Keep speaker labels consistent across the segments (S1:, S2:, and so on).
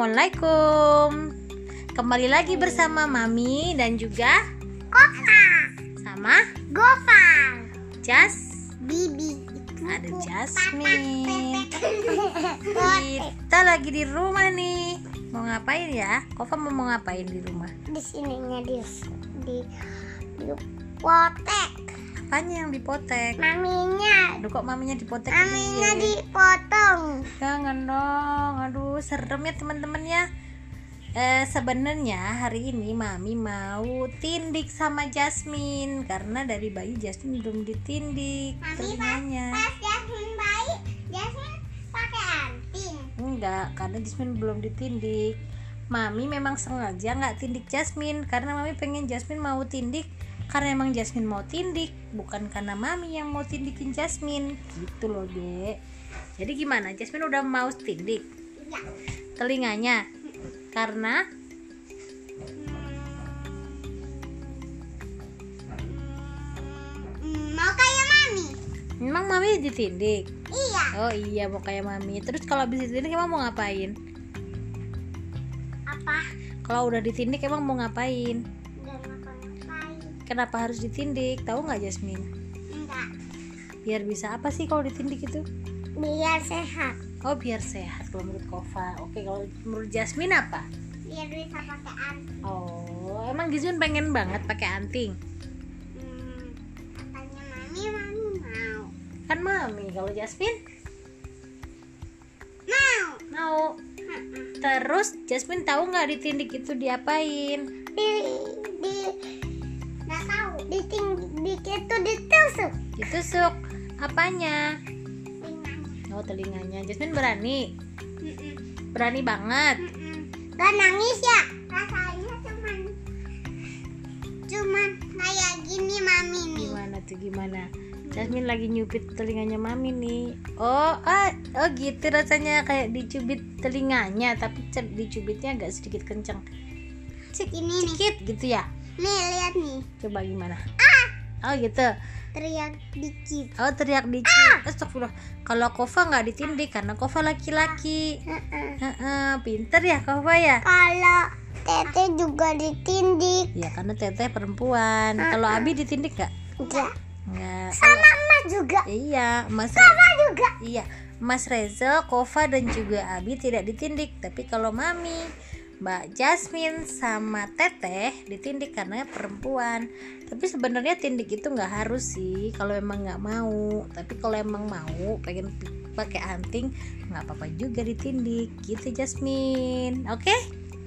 S1: Assalamualaikum. Kembali lagi bersama Mami dan juga
S2: Koka,
S1: sama
S2: Gopal,
S1: Jas.
S2: Bibi,
S1: Ada
S2: Ibu,
S1: Jasmine.
S2: Kote.
S1: Kita lagi di rumah nih. Mau ngapain ya? Kova mau mau ngapain di rumah?
S2: Di sininya di di di potek.
S1: Apanya yang dipotek?
S2: Maminya,
S1: Aduh kok maminya dipotek?
S2: maminya
S1: Iya.
S2: dipotong.
S1: Jangan dong, aduh serem ya teman-teman ya. Eh, Sebenarnya hari ini Mami mau tindik sama Jasmine karena dari bayi Jasmine belum ditindik
S2: Mami,
S1: telinganya.
S2: Pas Jasmin baik, Jasmin pakai anting.
S1: Enggak, karena Jasmine belum ditindik. Mami memang sengaja nggak tindik Jasmine karena Mami pengen Jasmine mau tindik karena emang Jasmine mau tindik, bukan karena Mami yang mau tindikin Jasmine. Gitu loh, Dek. Jadi gimana? Jasmine udah mau tindik?
S2: Ya.
S1: telinganya karena
S2: Hmm, mau kayak mami?
S1: memang mami ditindik
S2: Iya.
S1: oh iya mau kayak mami terus kalau habis ditindik emang mau ngapain
S2: Apa?
S1: kalau udah ditindik emang mau ngapain
S2: Udah makan ngapain?
S1: kenapa harus ditindik tahu nggak Jasmine
S2: Enggak.
S1: biar bisa apa sih kalau ditindik itu
S2: Biar sehat.
S1: oh biar sehat kalau menurut Kova oke kalau menurut Jasmine apa
S2: Biar bisa pakai anting.
S1: oh emang Jasmine pengen banget pakai anting
S2: Hmm, katanya mami mami mau
S1: kan mami kalau Jasmine
S2: mau
S1: mau terus Jasmine tahu nggak ditindik itu diapain
S2: di di nggak tahu di ting di itu ditusuk
S1: ditusuk apanya
S2: telinganya
S1: Oh telinganya Jasmine berani Berani banget
S2: gak nangis ya rasanya cuman cuman kayak gini mami nih
S1: Gimana tuh gimana Jasmine lagi nyubit telinganya mami nih Oh ah, oh gitu rasanya Kayak dicubit telinganya Tapi ce- dicubitnya agak sedikit kenceng
S2: ini nih
S1: Sedikit gitu ya
S2: nih lihat nih
S1: Coba gimana Oh gitu
S2: teriak dikit
S1: Oh teriak dikit Astagfirullah Kalau Kova nggak ditindik Karena Kova laki-laki
S2: Heeh.
S1: Heeh, Pinter ya Kova ya
S2: kalau tete juga ditindik
S1: Ya karena teteh perempuan Kalau Abi ditindik nggak?
S2: enggak
S1: Nggak
S2: sama emak juga
S1: Iya, Mas
S2: sama juga
S1: Iya, Mas Reza, Kova dan juga Abi tidak ditindik, tapi kalau Mami, Mbak Jasmine sama Teteh ditindik karena perempuan. Tapi sebenarnya tindik itu nggak harus sih, kalau emang nggak mau. Tapi kalau emang mau, pengen p- pakai anting, nggak apa-apa juga ditindik. Gitu Jasmine, oke?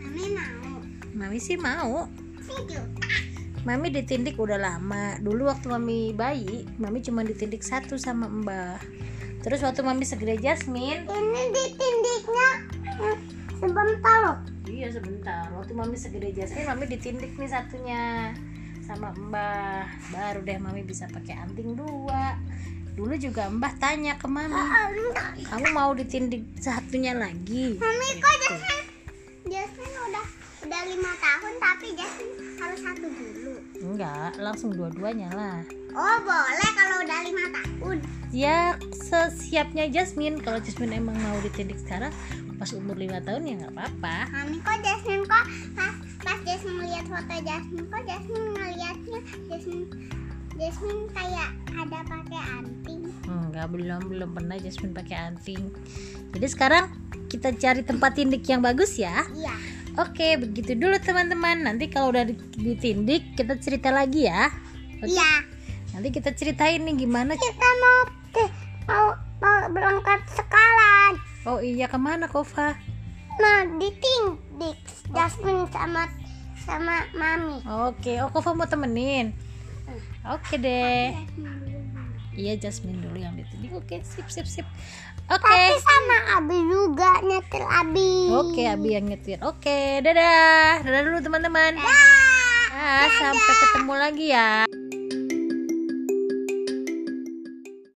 S2: mami mau
S1: Mami sih mau.
S2: setuju
S1: Mami ditindik udah lama. Dulu waktu Mami bayi, Mami cuma ditindik satu sama Mbah. Terus waktu Mami segera Jasmine,
S2: ini ditindiknya eh, sebentar loh
S1: Iya sebentar. Waktu mami segede jasnya mami ditindik nih satunya sama Mbah. Baru deh mami bisa pakai anting dua. Dulu juga Mbah tanya ke mami, kamu mau ditindik satunya lagi?
S2: mami kok Jasmine Jasmine udah udah lima tahun tapi Jasmine harus satu dulu
S1: Enggak, langsung dua-duanya lah.
S2: oh boleh kalau udah lima tahun
S1: Ya sesiapnya Jasmine. Kalau Jasmine emang mau ditindik sekarang, pas umur lima tahun ya nggak apa-apa.
S2: mami kok Jasmine kok pas pas Jasmine ngeliat foto Jasmine kok Jasmine ngeliatnya Jasmine Jasmine kayak ada pakai anting
S1: Enggak, belum belum pernah Jasmine pakai anting. Jadi sekarang kita cari tempat tindik yang bagus ya.
S2: iya
S1: Oke, begitu dulu teman-teman. Nanti kalau udah di- ditindik, kita cerita lagi ya. Oke,
S2: iya
S1: Nanti kita ceritain nih gimana.
S2: kita mau eh, mau mau berangkat sekolah
S1: Oh iya, kemana Kova?
S2: Nah, ditindik Jasmine sama sama mami.
S1: Oke, oh Kova mau temenin. Oke deh. Iya, Jasmine dulu yang ditindik. Oke, sip sip sip.
S2: Tapi
S1: Oke.
S2: sama Abi juga nyetir Abi.
S1: Oke, Abi yang nyetir. Oke, dadah. Dadah dulu teman-teman.
S2: Dah.
S1: Ah, sampai ketemu lagi ya.